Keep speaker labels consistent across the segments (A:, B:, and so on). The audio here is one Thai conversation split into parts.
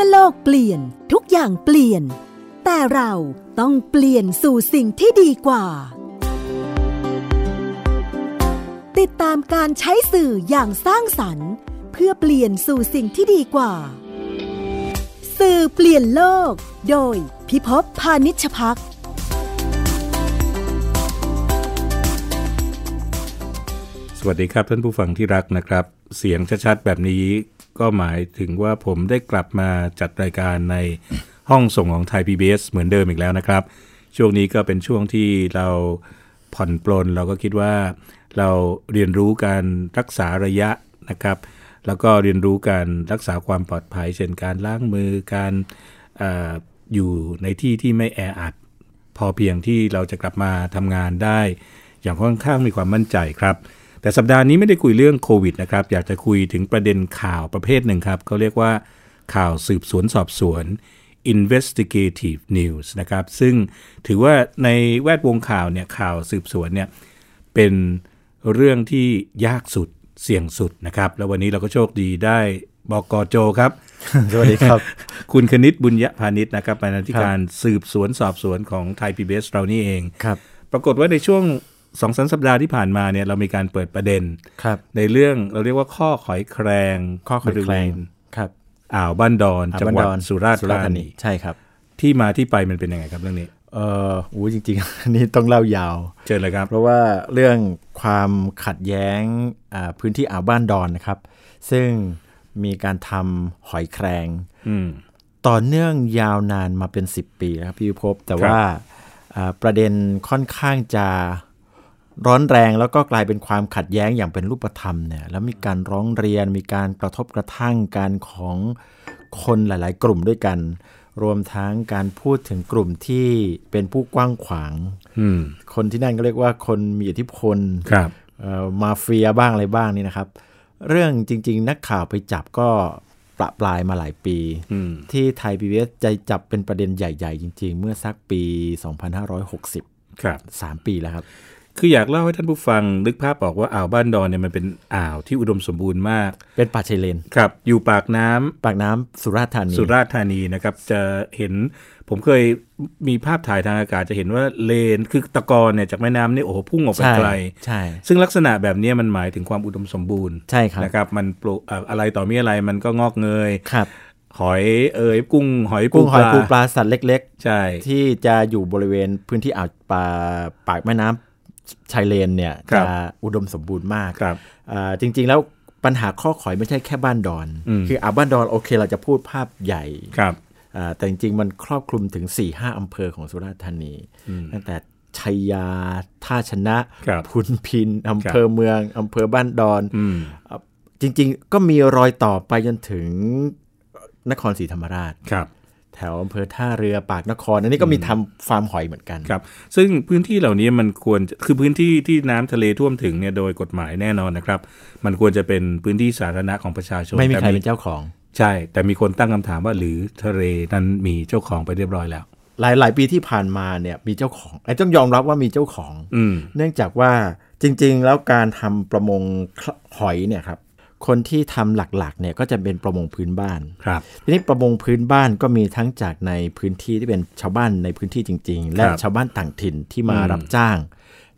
A: อโลกเปลี่ยนทุกอย่างเปลี่ยน แต่เราต้องเปลี่ยนสู่สิ่งที่ดีกว่า ติดตามการใช้สื่ออย่างสร้างสรรค์ เพื่อเปลี่ยนสู่สิ่งที่ดีกว่า สื่อเปลี่ยนโลก โดยพิภพพานิชพัก
B: สวัสดีครับท่านผู้ฟังที่รักนะครับ เสียงชัดๆแบบนี้ก็หมายถึงว่าผมได้กลับมาจัดรายการใน ห้องส่งของไทย PBS เหมือนเดิมอีกแล้วนะครับ ช่วงนี้ก็เป็นช่วงที่เราผ่อนปลนเราก็คิดว่าเราเรียนรู้การรักษาระยะนะครับ แล้วก็เรียนรู้การรักษาความปลอดภัย เช่นการล้างมือการเอออยู่ในที่ที่ไม่แออัด พอเพียงที่เราจะกลับมาทำงานได้ อย่างค่อนข้างมีความมั่นใจครับ แต่สัปดาห์นี้ไม่ได้คุยเรื่องโควิดนะครับ อยากจะคุยถึงประเด็นข่าวประเภทหนึ่งครับเขาเรียกว่าข่าวสืบสวนสอบสวน investigative news นะครับ ซึ่งถือว่าในแวดวงข่าวเนี่ยข่าวสืบสวนเนี่ย เป็นเรื่องที่ยากสุดเสี่ยงสุดนะครับ แล้ววันนี้เราก็โชคดีได้บอกกโจครับ
C: สวัสดี ครับ
B: คุณคณิตบุญยพานิชนะครับบรรณาธิการสืบสวนสอบสวนของไทยพีบีเรานี่เอง
C: ครับ
B: ปรากฏว่าในช่วงสองสามสัปดาห์ที่ผ่านมาเนี่ยเรามีการเปิดประเด็น
C: ครับ
B: ในเรื่องเราเรียกว่าข้อขอยแครง
C: ข้อคอยแคลง
B: บริเวณ
C: ครับ
B: อ่าวบ้านดอนจังหวัดสุราษฎร์ธานี
C: ใช่ครับ
B: ที่มาที่ไปมันเป็นยังไงครับเรื่องนี้
C: เอ่อโอ้จริงๆ อันนี้ต้องเล่ายาว
B: เชิญเลยครับ
C: เพราะว่าเรื่องความขัดแย้งอ่าพื้นที่อ่าวบ้านดอนนะครับ ซึ่งมีการทำหอยแครง
B: อืม
C: ต่อเนื่องยาวนานมาเป็น 10 ปีแล้วครับพี่วิภพแต่
B: ครับ
C: ว่าอ่าประเด็นค่อนข้างจะร้อนแรงแล้วก็กลายเป็นความขัดแย้งอย่างเป็นรูปธรรมเนี่ยแล้วมีการร้องเรียนมีการกระทบกระทั่งกันของคนหลาย ๆ กลุ่มด้วยกัน รวมทั้งการพูดถึงกลุ่มที่เป็นผู้กว้างขวาง
B: อืม
C: คนที่นั่นก็เรียกว่าคนมีอิทธิพล
B: ครับ
C: เอ่อมาเฟียบ้างอะไรบ้างนี่นะครับ เรื่องจริง ๆ นักข่าวไปจับก็ประปรายมาหลายปี
B: อืม
C: ที่ไทยพีบีจะจับเป็นประเด็นใหญ่ ๆ จริง ๆ เมื่อสักปี 2560
B: ครับ
C: 3 ปีแล้วครับ
B: คืออยากเล่าให้ท่านผู้ฟังนึกภาพออกว่าอ่าวบ้านดอนเนี่ยมันเป็นอ่าวที่อุดมสมบูรณ์มาก
C: เป็นป่าชายเลน
B: ครับ อยู่ปากน้ำ
C: ปากน้ำสุราษฎร์ธานี
B: สุราษฎร์ธานีนะครับ จะเห็นผมเคยมีภาพถ่ายทางอากาศจะเห็นว่าเลนคือตะกอนเนี่ยจากแม่น้ำเนี่ยโอ้โหพุ่งออกไป
C: ใช่
B: ไกล
C: ใช่
B: ซึ่งลักษณะแบบเนี้ยมันหมายถึงความอุดมสมบูรณ์
C: ใช่ครับ
B: นะครับ มันปลูกเอ่ออะไรต่อมีอะไรมันก็งอกเงย
C: ครับ
B: หอยเอ่ยกุ้งหอย
C: กุ้งหอยปูป
B: ปลา
C: ลาสัตว์เล็ก
B: ใช่
C: ๆ ที่จะอยู่บริเวณพื้นที่อ่าวปาปากแม่น้ำชายเลนเนี่ยจะอุดมสมบูรณ์มาก
B: ครับ
C: อ่าจริงๆแล้วปัญหาข้อขอยไม่ใช่แค่บ้านดอน
B: อืม
C: คืออ่าบ้านดอนโอเคเราจะพูดภาพใหญ่
B: ครับ
C: อ่าแต่จริงๆมันครอบคลุมถึง 4-5ห้าอำเภอของสุราษฎร์ธานี ตั้งแต่ชัยยา ท่าชนะครับ พุนพินอำเภอเมืองอำเภอบ้านดอน
B: อืม
C: อ่ะจริงๆก็มีรอยต่อไปจนถึงนครศรีธรรมราช
B: ครับ
C: แถวอำเภอท่าเรือปากนคร อันนี้ก็มีทำฟาร์มหอยเหมือนกัน
B: ครับซึ่งพื้นที่เหล่านี้มันควรจะคือพื้นที่ที่น้ำทะเลท่วมถึงเนี่ยโดยกฎหมายแน่นอนนะครับ มันควรจะเป็นพื้นที่สาธารณะของประชาชน
C: ไม่มีใคร
B: แต่
C: เป็นเจ้าของ
B: ใช่ แต่มีคนตั้งคำถามว่าหรือทะเลนั้นมีเจ้าของไปเรียบร้อยแล้ว
C: หลายหลายๆปีที่ผ่านมาเนี่ยมีเจ้าของไอ้ต้องยอมรับว่ามีเจ้าของ
B: อืม
C: เนื่องจากว่าจริงๆ แล้วการทำประมงหอยเนี่ยครับคนที่ทำหลักๆเนี่ยก็จะเป็นประมงพื้นบ้าน
B: ครับ
C: ทีนี้ประมงพื้นบ้านก็มีทั้งจากในพื้นที่ที่เป็นชาวบ้านในพื้นที่จริง ๆ และ
B: ครับ
C: ชาวบ้านต่างถิ่นที่มา
B: อืม
C: รับจ้าง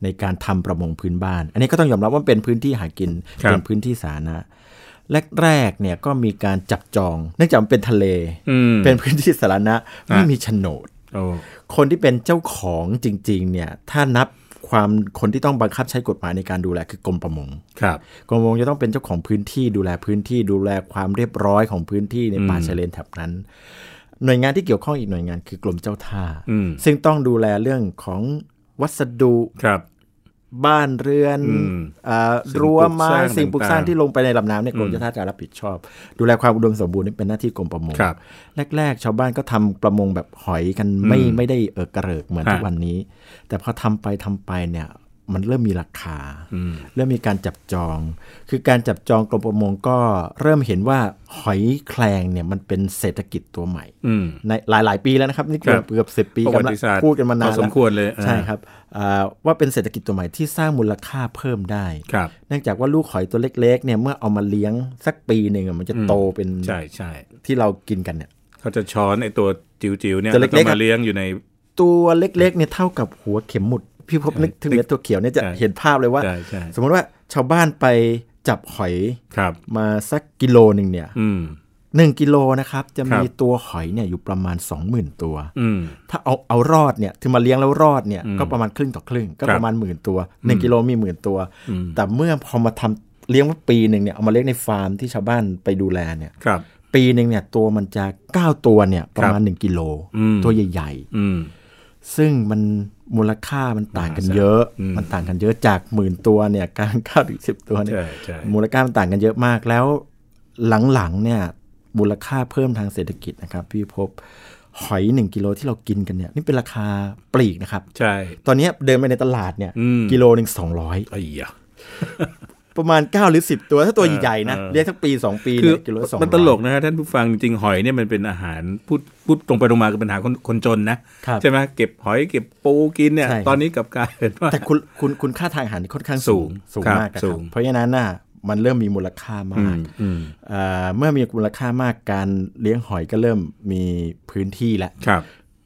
C: ในการทำประมงพื้นบ้าน อันนี้ก็ต้องยอมรับว่าเป็นพื้นที่หากิน
B: ครับ
C: เป็นพื้นที่สาธารณะแรกๆเนี่ยก็มีการจับจอง เนื่องจากมันเป็นทะเล
B: อืม
C: เป็นพื้นที่สาธารณะไม่
B: อ่ะ
C: มีโฉนด
B: โอ้
C: คนที่เป็นเจ้าของจริงๆเนี่ยถ้านับความคนที่ต้องบังคับใช้กฎหมายในการดูแลคือกรมประมง
B: ครับ
C: กรมประมงจะต้องเป็นเจ้าของพื้นที่ดูแลพื้นที่ดูแลความเรียบร้อยของพื้นที่ในป่า
B: อืม
C: ชายเลนแถบนั้น หน่วยงานที่เกี่ยวข้องอีกหน่วยงานคือกรมเจ้าท่า
B: อืม
C: ซึ่งต้องดูแลเรื่องของวัสดุ
B: ครับ
C: บ้านเรือน
B: อืม
C: อ่ารั้วไม้
B: สิ่
C: สิ่
B: ง
C: ง
B: ป
C: ป
B: ลู
C: ลู
B: ก
C: ก
B: ส
C: ส
B: ร้า
C: ร้าง งที่ลงไปในลำน้ำเนี่ยกร
B: อื
C: ม
B: ม
C: เจ้าท่าจะรับผิดชอบ ดูแลความอุดมสมบูรณ์นี่เป็นหน้าที่กรมประมง
B: ครับ
C: แรก ๆ ชาวบ้านก็ทำประมงแบบหอยกันไม่
B: อืม
C: ไม่ได้เออกระเริกเหมือน
B: ฮะ
C: ทุกวันนี้ แต่พอทำไปทำไปเนี่ยมันเริ่มมีราคา
B: อืม
C: เริ่มมีการจับจอง คือการจับจองกรมประมงก็เริ่มเห็นว่าหอยแคลงเนี่ยมันเป็นเศรษฐกิจตัวใหม่
B: อืม
C: ในหลาย ๆ ปีแล้วนะครับนี่เกือบ
B: ครับ
C: เกือบสิบ10 ปี
B: ประ
C: กำ
B: วั
C: ลัง
B: ติศาสตร์
C: พูดกันมานาน
B: พอสม
C: แล้ว
B: ควรเลยอ่า
C: ใช่ครับอ่าว่าเป็นเศรษฐกิจตัวใหม่ที่สร้างมูลค่าเพิ่มได้
B: ครับ
C: เนื่องจากว่าลูกหอยตัวเล็ก ๆ เนี่ยเมื่อเอามาเลี้ยงสักปีหนึ่งอะมันจะโตเป็น
B: ใช่ใช่
C: ที่เรากินกันเนี่ย
B: ค เขาจะช้อนไอ้ตัวจิ๋วๆเนี่ย
C: ตัวเล็
B: แล้ว
C: กๆ
B: ก็
C: ครั
B: มา
C: บ
B: เลี้ยงอยู่ใน
C: ตัวเล็กๆเนี่ยเท่ากับหัวเข็มหมุด พี่พบนึกถึงเม็ดตัวเขียวเนี่ยจะ
B: ใช่
C: เห็นภาพเลยว่า
B: ใช่ใช่
C: สมมติว่าชาวบ้านไปจับหอย
B: ครับ
C: มาสักกิโลหนึ่งเนี่ย
B: อืม
C: หนึ่งกิโลนะครับ จะ
B: ครับ
C: มีตัวหอยเนี่ยอยู่ประมาณ 20,000 ตัว
B: อืม
C: ถ้าเอาเอารอดเนี่ยถึงมาเลี้ยงแล้วรอดเนี่ยก็ประมาณครึ่งต่อครึ่งก็
B: ครั
C: ป
B: บ
C: ระมาณหมื่นตัวหนึ่งกิโลมีหมื่นตัว แต่เมื่อพอมาทำเลี้ยงว่าปีหนึ่งเนี่ยเอามาเลี้ยงในฟาร์มที่ชาวบ้านไปดูแลเนี่ย
B: ครับ
C: ปีหนึ่งเนี่ยตัวมันจะ 9 ตัวเนี่ยประมาณ 1กิโล
B: อืม
C: ตัวใหญ่
B: อืม
C: ๆ ซึ่งมันมูลค่ามันต่างกันเยอะ
B: อืม
C: มันต่างกันเยอะจากหมื่นตัว เนี่ยการเก้าถึงสิบตัวเนี่ย
B: ใช่ใช่
C: มูลค่ามันต่างกันเยอะมากแล้วหลังๆเนี่ยมูลค่าเพิ่มทางเศรษฐกิจนะครับพี่พบหอย 1กิโลที่เรากินกันเนี่ยนี่เป็นราคาปลีกนะครับ
B: ใช่
C: ตอนเนี้ยเดินไปในตลาดเนี่ย
B: อืม
C: กิโลหนึ่งสองร้อย
B: ไอ้ยะ
C: ประมาณ 9 หรือ 10 ตัวถ้าตัวใหญ่ๆนะ
B: เออ
C: เลี้ยงทั้งปี 2 ปี
B: คือ
C: เนี่ยกิโลสอง
B: มันตลกนะฮะท่านผู้ฟังจริงๆหอยเนี่ยมันเป็นอาหารพูดพูดตรงไปตรงมาคือปัญหาคนคนจนนะครับ ใช่ไหมเก็บหอยเก็บปูกินเนี่ย
C: ใช่ครับ
B: ตอนนี้กลับกลายเป็นว่า
C: แต่คุณคุณคุณค่าทางอาหารนี่ค่อนข้างสูง
B: สูงครับ
C: มากนะค
B: สู
C: รับ
B: ง
C: เพราะฉะนั้นน่ะมันเริ่มมีมูลค่ามาก
B: อืม
C: เอ่อเมื่อมีมูลค่ามากการเลี้ยงหอยก็เริ่มมีพื้นที่แล้ว
B: ครับ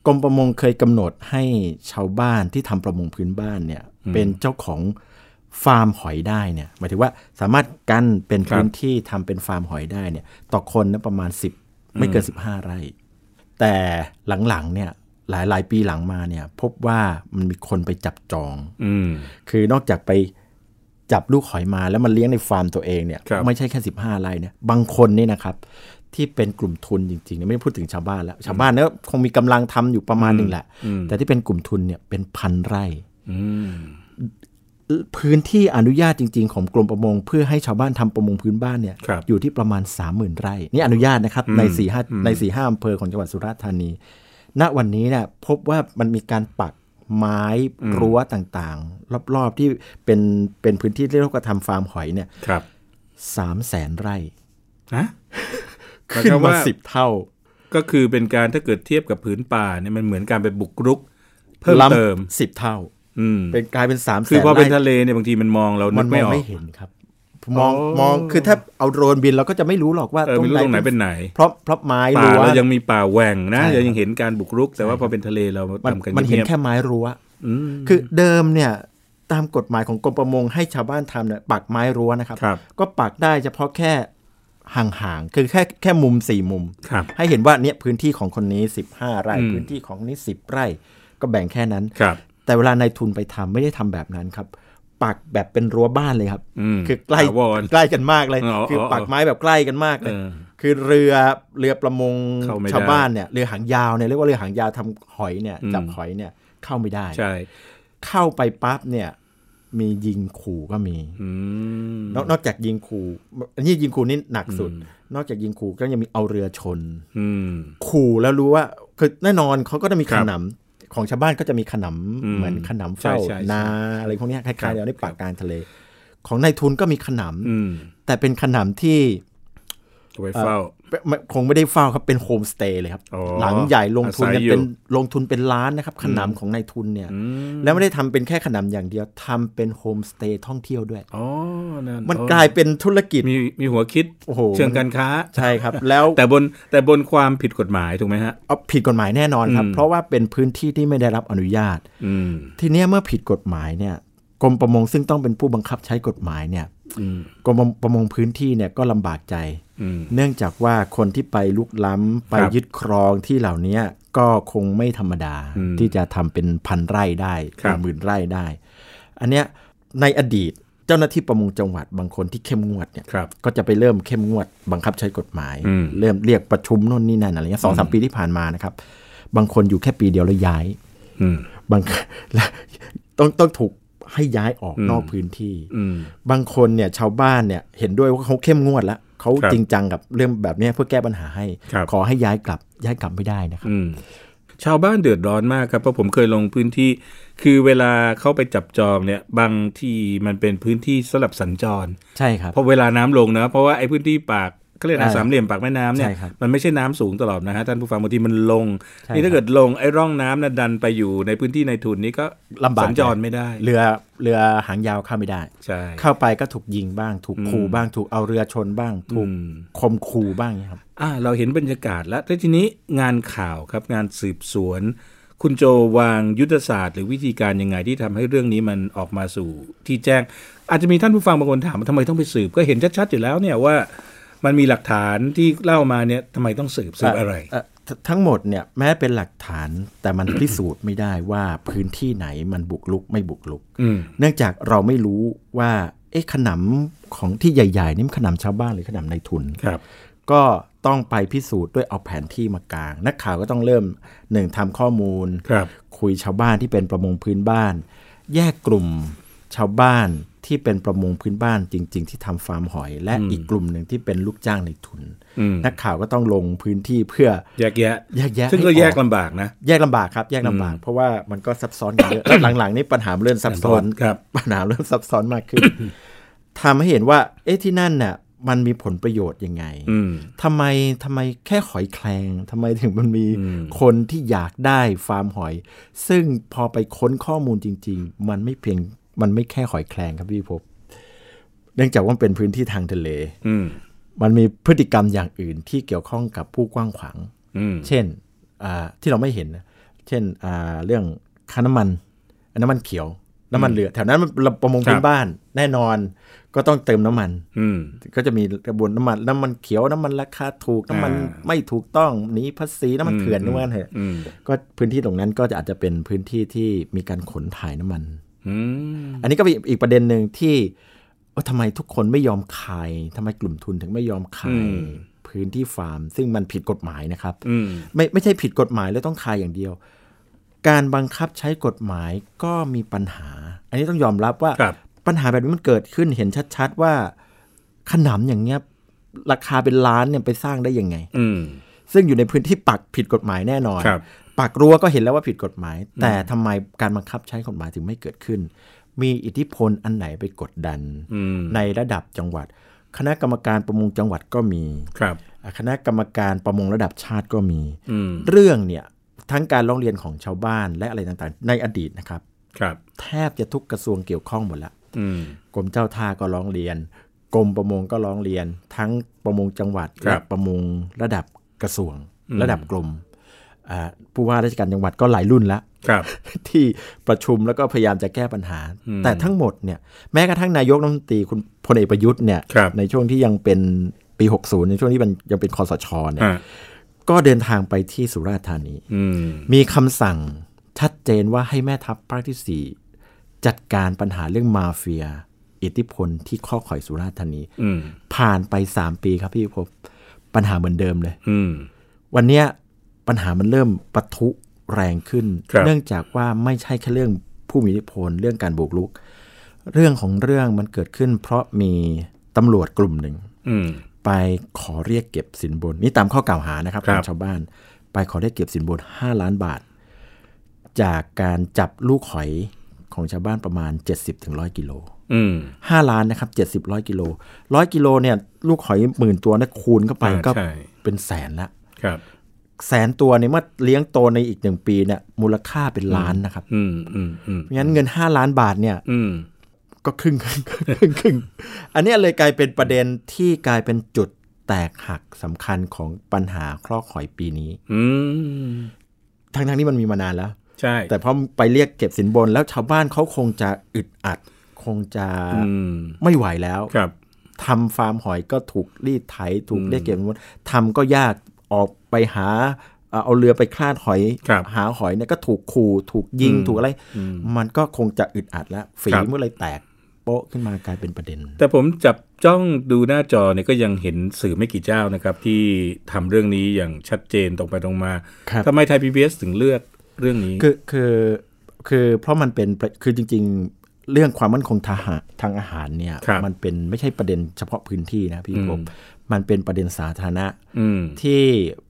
C: กรมประมงเคยกำหนดให้ชาวบ้านที่ทำประมงพื้นบ้านเนี่ยเป็นเจ้าของฟาร์มหอยได้เนี่ยหมายถึงว่าสามารถกันเป็นพื้นที่ทำเป็นฟาร์มหอยได้เนี่ยต่อคนนะประมาณ 10 ไม่เกิน 15 ไร่ แต่หลังๆเนี่ยหลายๆ ปีหลังมาเนี่ยพบว่ามันมีคนไปจับจอง
B: อืม
C: คือนอกจากไปจับลูกหอยมาแล้วมันเลี้ยงในฟาร์มตัวเองเนี่ย
B: ครับ
C: ไม่ใช่แค่ 15ไร่นะบางคนนี่นะครับ ที่เป็นกลุ่มทุนจริงๆเนี่ยไม่ได้พูดถึงชาวบ้านแล้ว ชาวบ้านเนี่ยคงมีกำลังทำอยู่ประมาณหนึ่งแหละ แต่ที่เป็นกลุ่มทุนเนี่ยเป็นพันไร่
B: อืม
C: พื้นที่อนุญาตจริง ๆ ของกรมประมง เพื่อให้ชาวบ้านทำประมงพื้นบ้านเนี่ย
B: ครับ
C: อยู่ที่ประมาณ 30,000 ไร่นี่อนุญาตนะครับใน4ี่ห้าในสี่ห้าอำเภอของจังหวัดสุราษฎร์ธานี ณวันนี้เนี่ยพบว่ามันมีการปักไม้รั้วต่างๆ รอบๆที่เป็นเป็นพื้นที่ที่เราก็ทำฟาร์มหอยเนี่ย
B: ครับ
C: สามแสนไร่
B: นะ หมาย
C: ขึ้น
B: ความ
C: มา
B: ว่า
C: สิบเท่า
B: ก็คือเป็นการถ้าเกิดเทียบกับผืนป่าเนี่ยมันเหมือนการไปบุกรุก เพิ่มเติม
C: สิบเท่า
B: อืม
C: เป็นกลายเป็นสามแสน
B: คือพอเป็น
C: ไร่
B: ทะเลเนี่ยบางทีมันมองเรา
C: มั
B: นึ
C: น
B: ก
C: ม
B: ไม่
C: อง
B: ออก
C: ไม่เห็นครับมอง
B: อ๋อ
C: มองคือถ้าเอาโดรนบินเราก็จะไม่รู้หรอกว่า
B: เออไม่รู้ตรงไหนเป็นไหน
C: เพราะเพราะไม้
B: ป่า
C: รั้ว
B: เรายังมีป่าแหว่งนะ
C: ใช่
B: เรายังเห็นการบุกรุก แต่ว่าพอเป็นทะเลเรา
C: มัน
B: ทำกัน
C: มันเห็น
B: งียบๆ
C: แค่ไม้รั้ว
B: อืม
C: คือเดิมเนี่ยตามกฎหมายของกรมประมงให้ชาวบ้านทำเนี่ยปักไม้รั้วนะครับ
B: ครับ
C: ก็ปักได้เฉพาะแค่ห่างๆคือแค่แค่มุมสี่มุม
B: ครับ
C: ให้เห็นว่าเนี่ยพื้นที่ของคนนี้ 15 ไร่
B: อืม
C: พื้นที่ของนี้ 10 ไร่ ก็แบ่งแค่นั้น
B: ครับ
C: แต่เวลานายทุนไปทำไม่ได้ทำแบบนั้นครับ ปักแบบเป็นรั้วบ้านเลยครับ
B: อืม
C: คือใกล้
B: ถาวร
C: ใกล้กันมากเลย
B: อ๋ออ๋อ
C: คือปักไม้แบบใกล้กันมากเลย
B: เออ
C: คือเรือเรือประมง
B: เข้าไม่ได้
C: ชาวบ้านเนี่ยเรือหางยาวเนี่ยเรียกว่าเรือหางยาวทำหอยเนี่ย
B: อืม
C: จับหอยเนี่ยเข้าไม่ได้
B: ใช่
C: เข้าไปปั๊บเนี่ยมียิงขู่ก็มี
B: อืม
C: นอกนอกจากยิงขู่อันนี้ยิงขู่นี่หนักสุด นอกจากยิงขู่ก็ยังมีเอาเรือชน
B: อืม
C: ขู่แล้วรู้ว่าคือแน่นอนเขาก็จะมี
B: ครั
C: ข
B: บ
C: นำของชาวบ้านก็จะมีข
B: อื
C: นำ
B: ม
C: เหมือนขนำเฝ้า
B: ใช่ใช่ใช่
C: นาอะไรพวกเนี้ยค
B: ครั
C: ล้าย
B: บ
C: ๆเราในปากกลารทะเล ของนายทุนก็มีขน
B: อืม
C: ำแต่เป็นขนำที่
B: เอาไว้เฝ้า
C: ไม่ไม่คงไม่ได้เฝ้าครับเป็นโฮมสเตย์เลยครับ
B: อ๋อ
C: หลังใหญ่ลงทุนเนี่ย
B: อาศัยอยู่
C: เป็นลงทุนเป็นล้านนะครับขนำของนายทุนเนี่ย
B: อืม
C: แล้วไม่ได้ทำเป็นแค่ขนำอย่างเดียวทำเป็นโฮมสเตย์ท่องเที่ยวด้วย
B: อ๋อนั่น
C: มัน
B: อ๋อ
C: กลายเป็นธุรกิจ
B: มีมีหัวคิด
C: โอ้โห
B: เชิงการค้า
C: ใช่ ครับ แล้ว
B: แต่บนแต่บนความผิดกฎหมายถูกไหมฮะ
C: เอาผิดกฎหมายแน่นอนครับ
B: อืม
C: เพราะว่าเป็นพื้นที่ที่ไม่ได้รับอนุญาต
B: อืม
C: ทีเนี้ยเมื่อผิดกฎหมายเนี่ยกรมประมงซึ่งต้องเป็นผู้บังคับใช้กฎหมายเนี่ย
B: อืม
C: กรมประมงพื้นที่เนี่ยก็ลำบากใจ
B: อืม
C: เนื่องจากว่าคนที่ไปลุกล้ำไป
B: ครับ
C: ยึดครองที่เหล่าเนี้ยก็คงไม่ธรรมดา
B: อืม
C: ที่จะทำเป็นพันไร่ได้
B: ครั
C: เป็
B: บ
C: นหมื่นไร่ได้ อันเนี้ยในอดีตเจ้าหน้าที่ประมงจังหวัดบางคนที่เข้มงวดเนี่ย
B: ครับ
C: ก็จะไปเริ่มเข้มงวดบังคับใช้กฎหมาย
B: อืม
C: เริ่มเรียกประชุมโน่นนี่นั่นอะไรเงี้ยสองสามปีที่ผ่านมานะครับ บางคนอยู่แค่ปีเดียวแล้วย้าย
B: อืม
C: บาง แล้วต้องต้องถูกให้ย้ายออกนอกพื้นที่
B: อืม
C: บางคนเนี่ยชาวบ้านเนี่ยเห็นด้วยว่าเขาเข้มงวดแล้วเขา
B: ครับ
C: จริงจังกับเรื่องแบบเนี้ยเพื่อแก้ปัญหาให้
B: ครับ
C: ขอให้ย้ายกลับย้ายกลับไม่ได้นะครับ
B: อืม ชาวบ้านเดือดร้อนมากครับ เพราะผมเคยลงพื้นที่ คือเวลาเข้าไปจับจองเนี่ย บางที่มันเป็นพื้นที่สลับสัญจร
C: ใช่ครับ
B: เพราะเวลาน้ำลงนะ เพราะว่าไอ้พื้นที่ปากก็เรียกนะ
C: อ่า
B: สามเหลี่ยมปากแม่น้ำเนี่ย
C: ใช่ครับ
B: มันไม่ใช่น้ำสูงตลอดนะฮะท่านผู้ฟังบางทีมันลง
C: ใช่
B: นี่
C: ครั
B: ถ้า
C: บ
B: เกิดลงไอ้ร่องน้ำน่ะดันไปอยู่ในพื้นที่ในทุนนี้ก็
C: ลำบาก
B: สัญจรไม่ได้
C: เรือเรือหางยาวเข้าไม่ได้
B: ใช่
C: เข้าไปก็ถูกยิงบ้าง ถูกคูบ้าง ถูกเอาเรือชนบ้าง ถูก
B: อืม
C: คมคูบ้างอย่างเงี้ยครับ
B: อ่าเราเห็นบรรยากาศแล้วแล้วทีนี้งานข่าวครับงานสืบสวน คุณโจวางยุทธศาสตร์ หรือวิธีการยังไงที่ทำให้เรื่องนี้มันออกมาสู่ที่แจ้ง อาจจะมีท่านผู้ฟังบางคนถามว่าทำไมต้องไปสืบก็เห็นชัดๆอยู่แล้วเนี่ยว่ามันมีหลักฐานที่เล่ามาเนี่ยทำไมต้องสืบสืบอะไร
C: เททั้งหมดเนี่ยแม้เป็นหลักฐานแต่มัน พิสูจน์ไม่ได้ว่าพื้นที่ไหนมันบุกลุกไม่บุกลุก
B: อืม
C: เนื่องจากเราไม่รู้ว่าเอ๊ะขนำของที่ใหญ่ๆนี่มันขนำชาวบ้านหรือขนำในายทุน
B: ครับ
C: ก็ต้องไปพิสูจน์ด้วยเอาแผนที่มากาง นักข่าวก็ต้องเริ่มหนึ่งทำข้อมูล
B: ครับ
C: คุยชาวบ้านที่เป็นประมงพื้นบ้าน แยกกลุ่มชาวบ้านที่เป็นประมงพื้นบ้านจริง ๆ ที่ทำฟาร์มหอย และอีกกลุ่มหนึ่งที่เป็นลูกจ้างในทุน
B: อืม
C: นักข่าวก็ต้องลงพื้นที่เพื่อ
B: แยกแยะ
C: แยกแยะ
B: ซึ่งก็
C: ให้ออ
B: แยกลำบากนะ
C: แยกลำบากครับแยกลำบาก เพราะว่ามันก็ซับซ้อนกันเยอะ แล้วหลังๆนี่ปัญหามันเริ่มซับซ้อน
B: ครับ
C: ปัญหาเริ่มซับซ้อนมากขึ้น ทำให้เห็นว่า เอ๊ะที่นั่นน่ะ มันมีผลประโยชน์ยังไง
B: อืม
C: ทำไมทำไมแค่หอยแคลงทำไมถึงมันมีคนที่อยากได้ฟาร์มหอย ซึ่งพอไปค้นข้อมูลจริง ๆ มันไม่เพียงมันไม่แค่หอยแคลงครับพี่ภพเนื่องจากว่ามันเป็นพื้นที่ทางทะเล
B: อืม
C: มันมีพฤติกรรมอย่างอื่นที่เกี่ยวข้องกับผู้กว้างขวาง
B: อืม
C: เช่นอ่าที่เราไม่เห็นนะเช่นอ่าเรื่องค่าน้ำมัน น้ำมันเขียว น้ำมันเหลือ แถวนั้นมันประม
B: ค
C: ง
B: รับ
C: พื้นบ้าน แน่นอนก็ต้องเติมน้ำมัน
B: อืม
C: ก็จะมีกระบวนน้ำมันน้ำมันเขียวน้ำมันราคาถูก น้ำมัน
B: อ่า
C: ไม่ถูกต้องหนีภาษีน้ำมันเถื่อนนู่นนั่นเหรอะ
B: อืม
C: ก็พื้นที่ตรงนั้นก็จะอาจจะเป็นพื้นที่ที่มีการขนถ่ายน้ำมัน
B: อืม
C: อันนี้ก็เป็นอีกประเด็นหนึ่งที่ว่าทำไมทุกคนไม่ยอมขายทำไมกลุ่มทุนถึงไม่ยอมขายพื้นที่ฟาร์ม ซึ่งมันผิดกฎหมายนะครับ
B: อืม
C: ไม่ไม่ใช่ผิดกฎหมายแล้วต้องคายอย่างเดียว การบังคับใช้กฎหมายก็มีปัญหา อันนี้ต้องยอมรับว่า
B: ครับ
C: ปัญหาแบบนี้มันเกิดขึ้นเห็นชัด ๆ ว่าขนำอย่างเงี้ยราคาเป็นล้านเนี่ยไปสร้างได้ยังไง
B: อืม
C: ซึ่งอยู่ในพื้นที่ปักผิดกฎหมายแน่นอน
B: ครับ
C: ปักรั้วก็เห็นแล้วว่าผิดกฎหมาย แต่ทำไมการบังคับใช้กฎหมายถึงไม่เกิดขึ้น มีอิทธิพลอันไหนไปกดดัน
B: อืม
C: ในระดับจังหวัด คณะกรรมการประมงจังหวัดก็มี
B: ครับ
C: คณะกรรมการประมงระดับชาติก็มี
B: อืม
C: เรื่องเนี่ยทั้งการร้องเรียนของชาวบ้านและอะไรต่างๆ ในอดีตนะครับ
B: ครับ
C: แทบจะทุกกระทรวงเกี่ยวข้องหมดละ
B: อืม
C: กรมเจ้าท่าก็ร้องเรียน กรมประมงก็ร้องเรียน ทั้งประมงจังหวัด
B: ครั
C: และ
B: บ
C: ประมงระดับกระทรวง
B: อืม
C: ระดับกรมอ่าผู้ว่าราชการจังหวัดก็หลายรุ่นละ
B: ครับ
C: ที่ประชุมแล้วก็พยายามจะแก้ปัญหา
B: อืม
C: แต่ทั้งหมดเนี่ยแม้กระทั่งนายกรัฐมนตรีคุณพลเอกประยุทธ์เนี่ย
B: ครับ
C: ในช่วงที่ยังเป็นปี 60 ในช่วงที่มันยังเป็นคอสชเนี่ย
B: อ่า
C: ก็เดินทางไปที่สุราษฎร์ธานี
B: อืม
C: มีคำสั่งชัดเจนว่าให้แม่ทัพภาคที่ 4 จัดการปัญหาเรื่องมาเฟีย อิทธิพลที่ข้อข่อยสุราษฎร์ธานี
B: อืม
C: ผ่านไป 3 ปีครับพี่ภพบปัญหาเหมือนเดิมเลย
B: อืม
C: วันเนี้ยปัญหามันเริ่มปะทุแรงขึ้น
B: ครับ
C: เนื่องจากว่าไม่ใช่แค่เรื่องผู้มีอิทธิพลเรื่องการบุกรุก เรื่องของเรื่องมันเกิดขึ้น เพราะมีตำรวจกลุ่มหนึ่ง
B: อืม
C: ไปขอเรียกเก็บสินบน นี่ตามข้อกล่าวหานะครับ
B: ครับ
C: ของชาวบ้าน ไปขอเรียกเก็บสินบน 5 ล้านบาท จากการจับลูกหอยของชาวบ้านประมาณ 70-100กิโล
B: อืม
C: 5 ล้านนะครับ 70ร้อยกิโลร้อยกิโลเนี่ยลูกหอยหมื่นตัวนะคูณเข้าไป
B: อ่า
C: ก็
B: ใช่
C: เป็นแสนละ
B: ครับ
C: แสนตัวในยเมื่อเลี้ยงโตในอีกหนึ่งปีเนี่ยมูลค่าเป็นล้านนะครับ
B: อืมอืมอืม
C: เพราะงั้นเงิน 5 ล้านบาทเนี่ย
B: อืม
C: ก็ครึ่งครึ่งครึ่งครึ่งอันเนี้ยเลยกลายเป็นประเด็นที่กลายเป็นจุดแตกหักสำคัญของปัญหาคลอกหอยปีนี้
B: อืม
C: ทั้งทั้งๆที่มันมีมานานแล้ว
B: ใช่
C: แต่พอไปเรียกเก็บสินบนแล้วชาวบ้านเขาคงจะอึดอัด คงจะ
B: อืม
C: ไม่ไหวแล้ว
B: ครับ
C: ทำฟาร์มหอยก็ถูกรีดไถถูกเรียกเก็บสินบนทำก็ยากออกไปหาเอ่อเอาเรือไปคลาดหอย
B: ครับ
C: หาหอยเนี่ยก็ถูกขู่ถูกยิง
B: อืม
C: ถูกอะไร
B: อืม
C: มันก็คงจะอึดอัดแล้วฝี
B: ครับ
C: เมื่อไรแตกโป๊ะขึ้นมากลายเป็นประเด็น
B: แต่ผมจับจ้องดูหน้าจอเนี่ยก็ยังเห็นสื่อไม่กี่เจ้านะครับ ที่ทำเรื่องนี้อย่างชัดเจนตรงไปตรงมา
C: ครับ
B: ทำไมไทยพีบีเอสถึงเลือกเรื่องนี้
C: คือคือคือเพราะมันเป็นประคือจริง ๆ เรื่องความมั่นคงทางอาหารทางอาหารเนี่ย
B: ครับ
C: มันเป็นไม่ใช่ประเด็นเฉพาะพื้นที่นะพี่
B: อืม
C: ผมมันเป็นประเด็นสาธารณะ
B: อืม
C: ที่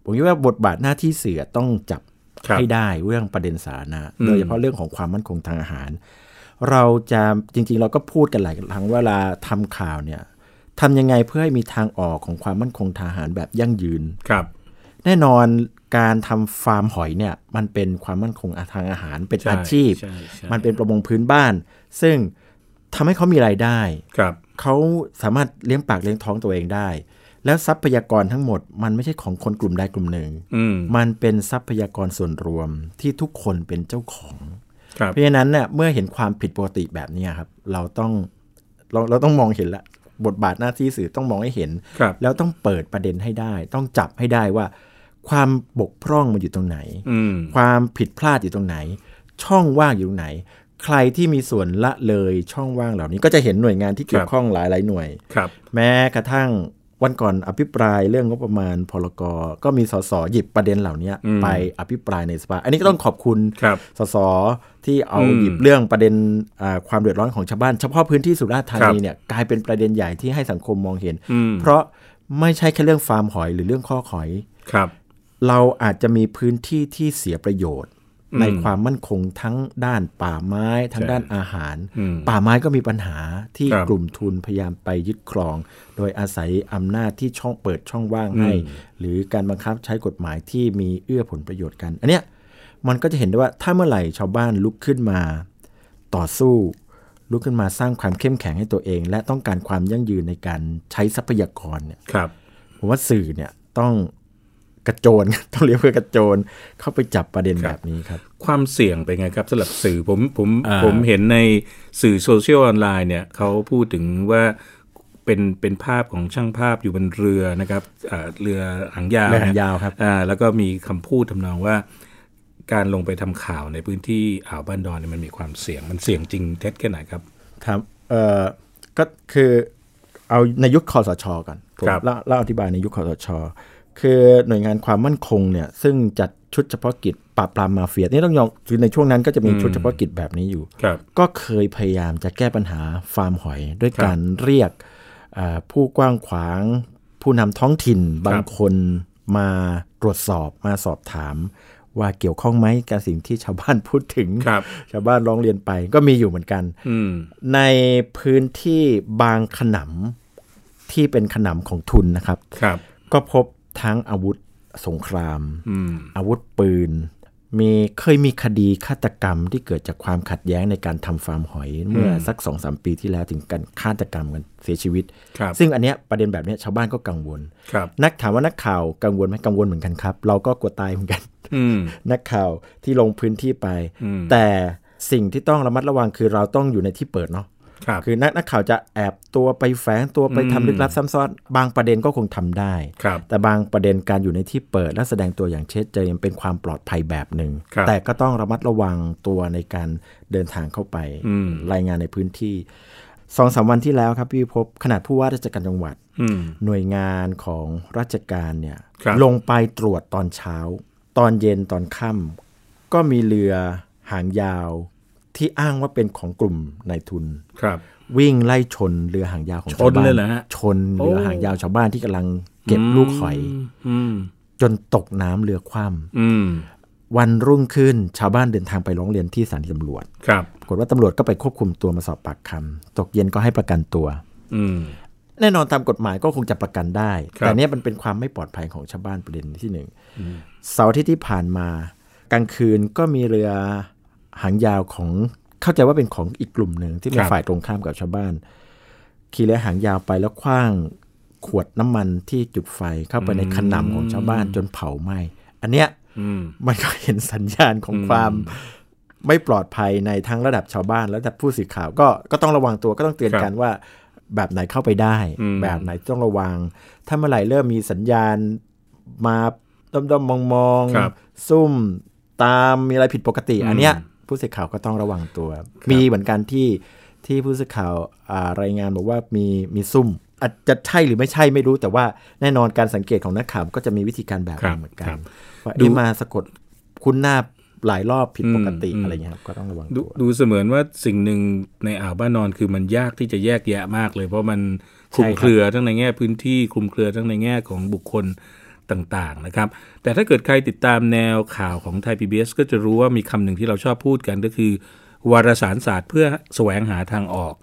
C: ผมคิดว่าบทบาทหน้าที่เสือต้องจับ
B: ครับ
C: ให้ได้เรื่องประเด็นสาธารณะ
B: อืม
C: โดยเฉพาะเรื่องของความมั่นคงทางอาหาร เราจะจริง ๆ เราก็พูดกันหลายครั้งเวลาทำข่าวเนี่ยทำยังไงเพื่อให้มีทางออกของความมั่นคงทางอาหารแบบยั่งยืน
B: ครับ
C: แน่นอนการทำฟาร์มหอยเนี่ยมันเป็นความมั่นคงทางอาหารเป็น
B: ใช่
C: อาชีพ
B: ใช่ใช่
C: มันเป็นประมงพื้นบ้าน ซึ่งทำให้เขามีรายได้
B: ครับ
C: เขาสามารถเลี้ยงปากเลี้ยงท้องตัวเองได้ แล้วทรัพยากรทั้งหมด มันไม่ใช่ของคนกลุ่มใดกลุ่มหนึ่ง
B: อืม
C: มันเป็นทรัพยากรส่วนรวมที่ทุกคนเป็นเจ้าของ
B: ครับ
C: เพราะฉะนั้นเนี่ยเมื่อเห็นความผิดปกติแบบนี้ครับ เราต้องเราเราต้องมองเห็นละบทบาทหน้าที่สื่อต้องมองให้เห็น
B: ครับ
C: แล้วต้องเปิดประเด็นให้ได้ ต้องจับให้ได้ว่า ความบกพร่องมันอยู่ตรงไหน
B: อืม
C: ความผิดพลาดอยู่ตรงไหน ช่องว่างอยู่ตรงไหน ใครที่มีส่วนละเลยช่องว่างเหล่านี้ ก็จะเห็นหน่วยงานที่เกี่ยวข้องหลายๆหน่วย
B: ครับ
C: แม้กระทั่งวันก่อนอภิปรายเรื่องงบประมาณพลกรก็มีสสหยิบประเด็นเหล่านี้
B: อืม
C: ไปอภิปรายในสภาอันนี้ก็ต้องขอบคุณ
B: ครับ
C: สสที่เอา
B: อืม
C: หยิบเรื่องประเด็นอ่าความเดือดร้อนของชาวบ้าน เฉพาะพื้นที่สุราษฎร์ธานี
B: ครับ
C: เนี่ยกลายเป็นประเด็นใหญ่ที่ให้สังคมมองเห็น
B: อืม
C: เพราะไม่ใช่แค่เรื่องฟาร์มหอยหรือเรื่องข้อหอย
B: ครับ
C: เราอาจจะมีพื้นที่ที่เสียประโยชน์
B: อืม
C: ในความมั่นคงทั้งด้านป่าไม้ทั้งด้านอาหาร
B: อืม
C: ป่าไม้ก็มีปัญหาที่
B: ครับ
C: กลุ่มทุนพยายามไปยึดครอง โดยอาศัยอำนาจที่ช่องเปิดช่องว่างให้
B: อืม
C: หรือการบังคับใช้กฎหมายที่มีเอื้อผลประโยชน์กัน อันเนี้ยมันก็จะเห็นได้ว่าถ้าเมื่อไหร่ชาวบ้านลุกขึ้นมาต่อสู้ ลุกขึ้นมาสร้างความเข้มแข็งให้ตัวเอง และต้องการความยั่งยืนในการใช้ทรัพยากรเนี่ย
B: ครับ
C: ผมว่าสื่อเนี่ยต้องกระโจน ต้องเรียกว่ากระโจนเข้าไปจับประเด็นแบบนี้ครับ
B: ความเสี่ยงเป็นไงครับสำหรับสื่อผมผม
C: อ่า
B: ผมเห็นในสื่อโซเชียลออนไลน์เนี่ยเขาพูดถึงว่าเป็นเป็นภาพของช่างภาพอยู่บนเรือนะครับอ่าเรือหางยาว
C: เรื่อง
B: นะ
C: ยาวครับ
B: อ่าแล้วก็มีคำพูดทำนองว่า การลงไปทำข่าวในพื้นที่อ่าวบ้านดอนเนี่ยมันมีความเสี่ยงมันเสี่ยงจริงเท็จแค่ไหนครับ
C: ครับเออก็คือเอาในยุคคอสชก่อนผม
B: ครับ
C: เล่าเล่าอธิบายในยุคคอสช คือหน่วยงานความมั่นคงเนี่ยซึ่งจัดชุดเฉพาะกิจปราบปรามมาเฟียนี่ต้องยอมคือในช่วงนั้นก็จะมีชุดเฉพาะกิจแบบนี้อยู่
B: ครับ
C: ก็เคยพยายามจะแก้ปัญหาฟาร์มหอย ด้วย
B: ครับ
C: การเรียกเอ่อผู้กว้างขวาง ผู้นำท้องถิ่น บางคนมาตรวจสอบมาสอบถาม ว่าเกี่ยวข้องไหมกับสิ่งที่ชาวบ้านพูดถึง
B: ครับ
C: ชาวบ้านร้องเรียนไปก็มีอยู่เหมือนกัน
B: อืม
C: ในพื้นที่บางขนำที่เป็นขนำของทุนนะครับ
B: ครับ
C: ก็พบทั้งอาวุธสงคราม
B: อืม
C: อาวุธปืน มีเคยมีคดีฆาตกรรมที่เกิดจากความขัดแย้งในการทำฟาร์มหอยเมื่อสักสองสามปีที่แล้วถึงการฆาตกรรมกันเสียชีวิต
B: ครับ
C: ซึ่งอันเนี้ยประเด็นแบบเนี้ยชาวบ้านก็กังวล
B: ครับ
C: นักถามว่านักข่าวกังวลไหมกังวลเหมือนกันครับ เราก็กลัวตายเหมือน กัน
B: อืม
C: นักข่าวที่ลงพื้นที่ไป
B: อืม
C: แต่สิ่งที่ต้องระมัดระวังคือเราต้องอยู่ในที่เปิดเนาะ
B: ครับ
C: คือนักนักข่าวจะแอบตัวไปแฝงตัวไปทำลึกลับซ้ำซ้อน บางประเด็นก็คงทำได้
B: ครับ
C: แต่บางประเด็นการอยู่ในที่เปิดและแสดงตัวอย่างเช็ดเจนเป็นความปลอดภัยแบบหนึ
B: ครั่ บ
C: ง แต่ก็ต้องระมัดระวังตัวในการเดินทางเข้าไป
B: อืม
C: รายงานในพื้นที่สองสามวันที่แล้วครับพี่พิภพบขนาดผู้ว่าราชการจังหวัด
B: อืม
C: หน่วยงานของราชการเนี่ย
B: ครับ
C: ลงไปตรวจตอนเช้า ตอนเย็นตอนค่ำก็มีเรือหางยาวที่อ้างว่าเป็นของกลุ่มนายทุน
B: ครับ
C: วิ่งไล่ชนเรือหางยาวของ
B: ชน
C: ชาวบ้า
B: เลย
C: น
B: เหรอฮะ
C: ชนเรือ
B: โอ้
C: หางยาวชาวบ้านที่กำลังเก็บลูกหอย
B: อืม
C: จนตกน้ำเรือคว่
B: อืม
C: ำวันรุ่งขึ้นชาวบ้านเดินทางไปร้องเรียนที่สถานีตำรวจ
B: ครับ
C: ปรากฏว่าตำรวจก็ไปควบคุมตัวมาสอบปากคำตกเย็นก็ให้ประกันตัว
B: อืม
C: แน่นอนตามกฎหมายก็คงจะประกันได้
B: ครับ
C: แต่เนี่ยมันเป็นความไม่ปลอดภัยของชาวบ้านประเด็นที่หนึ่งเสาร์อาที่ที่ผ่านมา กลางคืนก็มีเรือหางยาวของเข้าใจว่าเป็นของอีกกลุ่มหนึ่งที่เป็นฝ่ายตรงข้ามกับชาวบ้าน ขี่เรือหางยาวไปแล้วคว้างขวดน้ำมันที่จุดไฟเข้าไปในขนำของชาวบ้านจนเผาไหม้อันเนี้ย
B: อืม
C: มันก็เห็นสัญญาณของความไม่ปลอดภัยในทั้งระดับชาวบ้านระดับผู้สื่อข่าวก็ก็ต้องระวังตัวก็ต้องเตือนกันว่า แบบไหนเข้าไปได้
B: อืม
C: แบบไหนต้องระวัง ถ้าเมื่อไหร่เริ่มมีสัญญาณมาด้อมๆมอง
B: ครับ
C: ๆซุ่มตามมีอะไรผิดปกติ อันเนี้ยผู้สื่อข่าวก็ต้องระวังตัว มีเหมือนกันที่ที่ผู้สื่อข่าวอ่ารายงานบอกว่ามีมีซุ่มอาจจะใช่หรือไม่ใช่ไม่รู้ แต่ว่าแน่นอนการสังเกตของนักข่าวก็จะมีวิธีการแบบ
B: ครับ
C: นี้เหมือนกั
B: ครั
C: น
B: บ
C: ว่า
B: ดู
C: เอ๊ะมาสะกดคุ้นหน้าหลายรอบผิดปกติ
B: อืม
C: อะไรเงี้ยครับก็ต้องระวัง
B: ดู
C: ตัว
B: ดูเสมือนว่าสิ่งหนึ่งในอ่าวบ้านนอนคือมันยากที่จะแยกแยะมากเลย เพราะมันคลุม
C: ใช่ครับ
B: เครือทั้งในแง่พื้นที่คลุมเครือทั้งในแง่ของบุคคลต่างๆนะครับ แต่ถ้าเกิดใครติดตามแนวข่าวของไทย PBS ก็จะรู้ว่ามีคำหนึ่งที่เราชอบพูดกันก็คือ วารสารศาสตร์เพื่อแสวงหาทางออก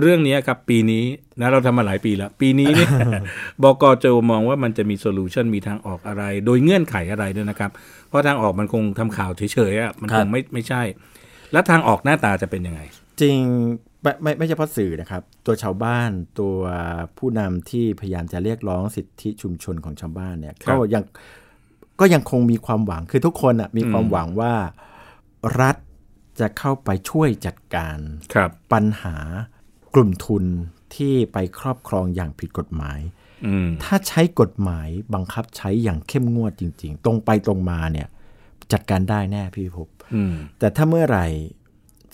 B: เรื่องนี้ครับปีนี้นะเราทำมาหลายปีแล้ว ปีนี้เนี่ย บกโจมองว่ามันจะมีโซลูชันมีทางออกอะไร โดยเงื่อนไขอะไรด้วยนะครับ เพราะทางออกมันคงทำข่าวเฉยๆอะมันคงไม่ไม่ใช่ แล้วทางออกหน้าตาจะเป็นยังไง
C: จริง ไม่ไม่ไม่เฉพาะสื่อนะครับ ตัวชาวบ้านตัวผู้นำที่พยายามจะเรียกร้องสิทธิชุมชนของชาวบ้านเนี่ย
B: ครับ
C: ก็ยังก็ยังคงมีความหวังคือทุกคนอ่ะมีความหวังว่ารัฐจะเข้าไปช่วยจัดการ
B: ครับ
C: ปัญหากลุ่มทุนที่ไปครอบครองอย่างผิดกฎหมาย
B: อืม
C: ถ้าใช้กฎหมายบังคับใช้อย่างเข้มงวดจริง ๆ ตรงไปตรงมาเนี่ยจัดการได้แน่พี่ภพ
B: อืม
C: แต่ถ้าเมื่อไหร่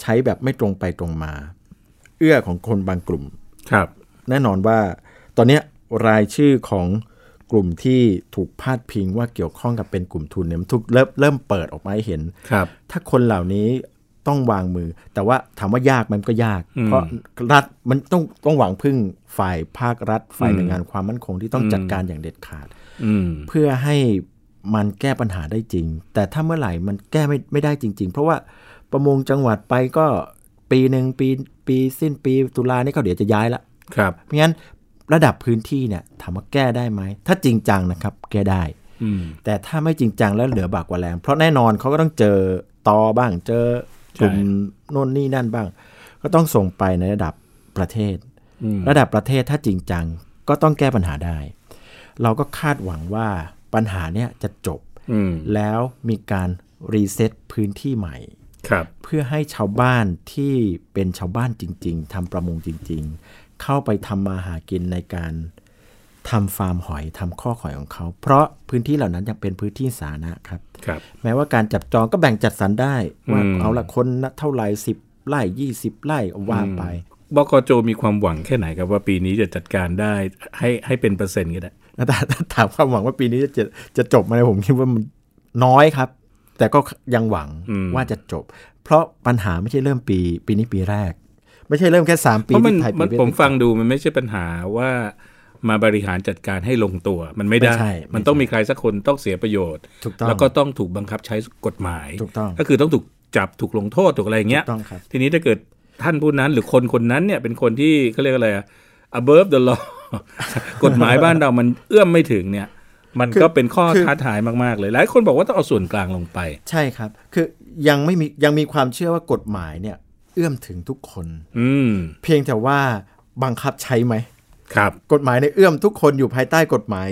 C: ใช้แบบไม่ตรงไปตรงมา เอื้อของคนบางกลุ่ม
B: ครับ
C: แน่นอนว่า ตอนเนี้ยรายชื่อของกลุ่มที่ถูกพาดพิงว่าเกี่ยวข้องกับเป็นกลุ่มทุนเนี่ยมันถูกเริ่มเริ่มเปิดออกมาให้เห็น
B: ครับ
C: ถ้าคนเหล่านี้ต้องวางมือ แต่ว่าถามว่ายากไหมมันก็ยาก
B: อืม
C: เพราะรัฐมันต้องต้องหวังพึ่งฝ่ายภาครัฐ ฝ่ายหน่วยงานความมั่นคงที่ต้อง
B: อืม
C: จัดการอย่างเด็ดขาด
B: อืม
C: เพื่อให้มันแก้ปัญหาได้จริง แต่ถ้าเมื่อไหร่มันแก้ไม่ไม่ได้จริง ๆ เพราะว่าประมงจังหวัดไปก็ปีหนึ่งปีปีสิ้นปีตุลานี่ก็เดี๋ยวจะย้ายละ
B: ครับ
C: เพราะงั้นระดับพื้นที่เนี่ยถามว่าแก้ได้ไหม ถ้าจริงจังนะครับ แก้ได้
B: อืม
C: แต่ถ้าไม่จริงจังแล้วเหลือบากกว่าแรงเพราะแน่นอนเขาก็ต้องเจอตอบ้างเจอกลุ่ม
B: ใช่
C: โน่นนี่นั่นบ้าง ก็ต้องส่งไปในระดับประเทศ
B: อืม
C: ระดับประเทศถ้าจริงจังก็ต้องแก้ปัญหาได้ เราก็คาดหวังว่าปัญหาเนี่ยจะจบ
B: อืม
C: แล้วมีการรีเซ็ตพื้นที่ใหม่
B: ครับ
C: เพื่อให้ชาวบ้านที่เป็นชาวบ้านจริง ๆทำประมงจริง ๆ เข้าไปทำมาหากินในการทำฟาร์มหอยทำข้อหอยของเขา เพราะพื้นที่เหล่านั้นยังเป็นพื้นที่สาธารณะครับ
B: ครับ
C: แม้ว่าการจับจองก็แบ่งจัดสรรได้ว่า
B: อืม
C: เอาละคนนะเท่าไหร่สิบไร่ยี่สิบไร่ว่าไป
B: บกโจมีความหวังแค่ไหนครับว่าปีนี้จะจัดการได้ให้ให้เป็นเปอร์เซ็นต์ก็ได้
C: แต่ถ้ าถามความหวังว่าปีนี้จะจะจะจบไหมผมคิดว่ามันน้อยครับ แต่ก็ยังหวัง
B: อืม
C: ว่าจะจบ เพราะปัญหาไม่ใช่เริ่มปี ปีนี้ปีแรก ไม่ใช่เริ่มแค่ 3 ปี
B: เพราะมัน
C: ที่ไทย
B: มัน
C: ปีเวียด
B: ผม
C: นาม
B: ฟังดูมันไม่ใช่ปัญหาว่ามาบริหารจัดการให้ลงตัว มันไม่ได้
C: ไม่ใช่ไม่
B: มันต้อง
C: ใช่
B: มีใครสักคนต้องเสียประโยชน์
C: ถูกต้อง
B: แล้วก็ต้องถูกบังคับใช้กฎหมาย
C: ถูกต้อง
B: ก็คือต้องถูกจับถูกลงโทษถูกอะไรอย่างเงี้ย
C: ถูกต้องครับ
B: ทีนี้ถ้าเกิดท่านผู้นั้นหรือคนคนนั้นเนี่ยเป็นคนที่เขาเรียกอะไรอะ above the law กฎหมายบ้านเรามันเอื้อมไม่ถึงเนี่ย มันก็เป็นข้อท้าทายมากๆ เลยหลายคนบอกว่าต้องเอาส่วนกลางลงไป
C: ใช่ครับ คือยังไม่มียังมีความเชื่อว่ากฎหมายเนี่ย เอื้อมถึงทุกคน
B: อืม
C: เพียงแต่ว่าบังคับใช้ไหม
B: ครับ
C: กฎหมายในยเอื้อมทุกคนอยู่ภายใต้กฎหมาย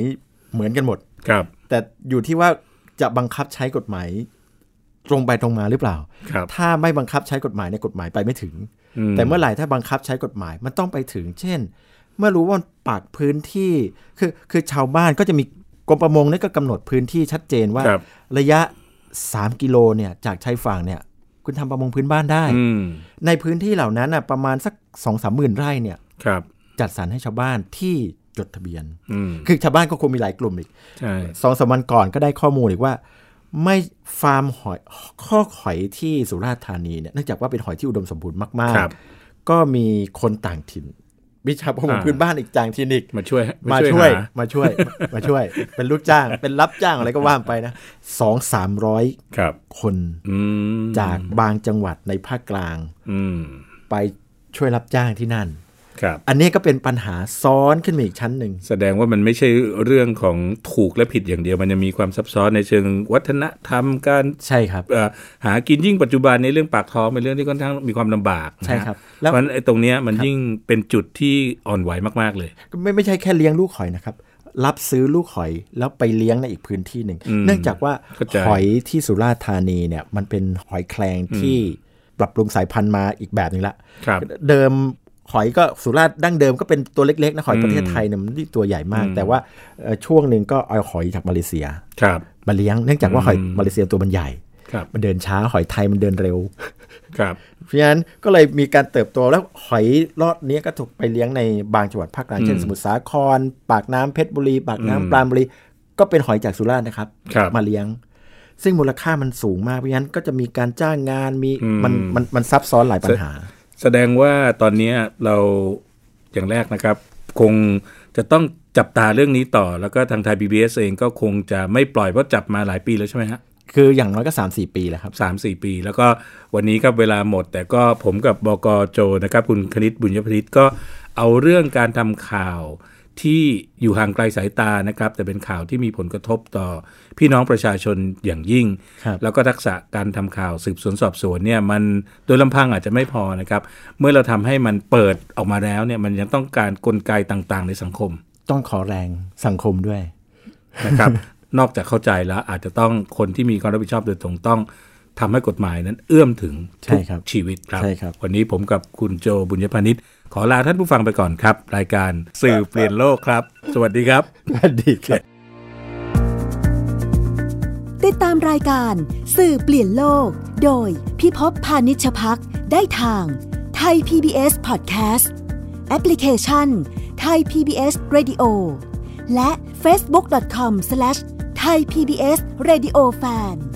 C: เหมือนกันหมด
B: ครับ
C: แต่อยู่ที่ว่าจะบังคับใช้กฎหมายตรงไปตรงมาหรือเปล่า
B: ครับ
C: ถ้าไม่บังคับใช้กฎหมายในยกฎหมายไปไม่ถึง
B: อืม
C: แต่เมื่อไหร่ถ้าบังคับใช้กฎหมายมันต้องไปถึง เช่น เมื่อรู้ว่ามันปากพื้นที่คือคือชาวบ้านก็จะมีกรมประมงเนี่ยก็กำหนดพื้นที่ชัดเจนว่า
B: ครับ
C: ระยะ 3 กิโลเนี่ยจากชายฝั่งเนี่ยคุณทำประมงพื้นบ้านได้
B: อืม
C: ในพื้นที่เหล่านั้นน่ะประมาณสัก2องสามหมื่นไร่เนี่ย
B: ครับ
C: จัดสรรให้ชาวบ้านที่จดทะเบียน
B: อืม
C: คือชาวบ้านก็คงมีหลายกลุ่มอีก
B: ใช่
C: สองสามวันก่อนก็ได้ข้อมูลอีกว่า ไม่ฟาร์มหอยข้อหอยที่สุราษฎร์ธานีเนี่ยเนื่องจากว่าเป็นหอยที่อุดมสมบูรณ์มาก
B: ครับ
C: ๆ ก็มีคนต่างถิ่นวิชาประมง
B: อ่า
C: พื้นบ้านอีกจางทินอีก
B: มาช่วย
C: มาช่วย
B: ห
C: มาช่วย มาช่วย เป็นลูกจ้าง เป็นรับจ้างอะไรก็ว่าไปนะสองสามร้อย
B: ครับ
C: คน
B: อืม
C: จากบางจังหวัดในภาคกลาง
B: อืม
C: ไปช่วยรับจ้างที่นั่น
B: ครับ
C: อันนี้ก็เป็นปัญหาซ้อนขึ้นมาอีกชั้นหนึ่ง
B: แสดงว่ามันไม่ใช่เรื่องของถูกและผิดอย่างเดียว มันยังมีความซับซ้อนในเชิงวัฒนธรรมการ
C: ใช่ครับ
B: เอ่อหากินยิ่งปัจจุบันในเรื่องปากท้องเป็นเรื่องที่ค่อนข้างมีความลำบากนะฮะ
C: ใช่ครับ
B: เพ
C: แล้ว
B: ราะฉะนั้นไอ้ตรงเนี้ยมันยิ่งเป็นจุดที่อ่อนไหวมากๆเลย
C: ไม่ไม่ใช่แค่เลี้ยงลูกหอยนะครับ รับซื้อลูกหอยแล้วไปเลี้ยงในอีกพื้นที่หนึ่ง
B: อืม
C: เนื่องจากว่า
B: เข้าใจ
C: หอยที่สุราษฎร์ธานีเนี่ยมันเป็นหอยแคลงที่ปรับปรุงสายพันธุ์มาอีกแบบหนึงละ
B: ครับ
C: เดิมหอยก็สุราษฎร์ดั้งเดิมก็เป็นตัวเล็กๆนะหอย
B: อืม
C: ประเทศไทยเนี่ยมันตัวใหญ่มาก แต่ว่าเอ่อช่วงหนึ่งก็เอาหอยจากมาเลเซีย
B: ครับ
C: มาเลี้ยง เนื่องจากว่าหอย
B: อืม
C: มาเลเซียตัวมันใหญ่
B: ครับ
C: มันเดินช้าหอยไทยมันเดินเร็ว
B: ครับ
C: เพราะฉะนั้นก็เลยมีการเติบโตแล้วหอยรอดเนี้ยก็ถูกไปเลี้ยงในบางจังหวัดภาคกลางเช่นสมุทรสาคร ปากน้ำเพชรบุรี ปากน้ำปราณบุรี ก็เป็นหอยจากสุราษฎร์นะครับ
B: ครับ
C: มาเลี้ยง ซึ่งมูลค่ามันสูงมากเพราะฉะนั้นก็จะมีการจ้างงานมีมันมันมันซับซ้อนหลายปัญหา
B: แสดงว่าตอนเนี้ยเราอย่างแรกนะครับ คงจะต้องจับตาเรื่องนี้ต่อ แล้วก็ทางไทย PBS เองก็คงจะไม่ปล่อยเพราะจับมาหลายปีแล้วใช่ไหมฮะ
C: คืออย่างน้อยก็ 3 4 ปีแล้วครับ
B: สามสี่ปี แล้วก็วันนี้ครับเวลาหมด แต่ก็ผมกับบกโจนะครับ คุณคณิตบุญยพฤทธิ์ก็เอาเรื่องการทำข่าว ที่อยู่ห่างไกลสายตานะครับ แต่เป็นข่าวที่มีผลกระทบต่อพี่น้องประชาชนอย่างยิ่ง
C: ครับ
B: แล้วก็ทักษะการทำข่าวสืบสวนสอบสวนเนี่ยมันโดยลำพังอาจจะไม่พอนะครับ เมื่อเราทำให้มันเปิดออกมาแล้วเนี่ยมันยังต้องการกลไกต่างๆ ในสังคม
C: ต้องขอแรงสังคมด้วย
B: นะครับ นอกจากเข้าใจแล้วอาจจะต้องคนที่มีความรับผิดชอบโดยตรงต้องทำให้กฎหมายนั้นเอื้อมถึงทุก
C: ใช่ครับ
B: ชีวิตครับ
C: ใช่ครับ
B: วันนี้ผมกับคุณโจบุญยพานิชขอลาท่านผู้ฟังไปก่อนครับ รายการสื่อเปลี่ยนโลกครับ สวัสดีครับ
C: สวัสดีครับ
A: ติดตามรายการสื่อเปลี่ยนโลก โดยพิภพพานิชพักได้ทางไทย PBS Podcast แอปพลิเคชันไทย PBS Radio และ facebook.com/thaipbsradiofan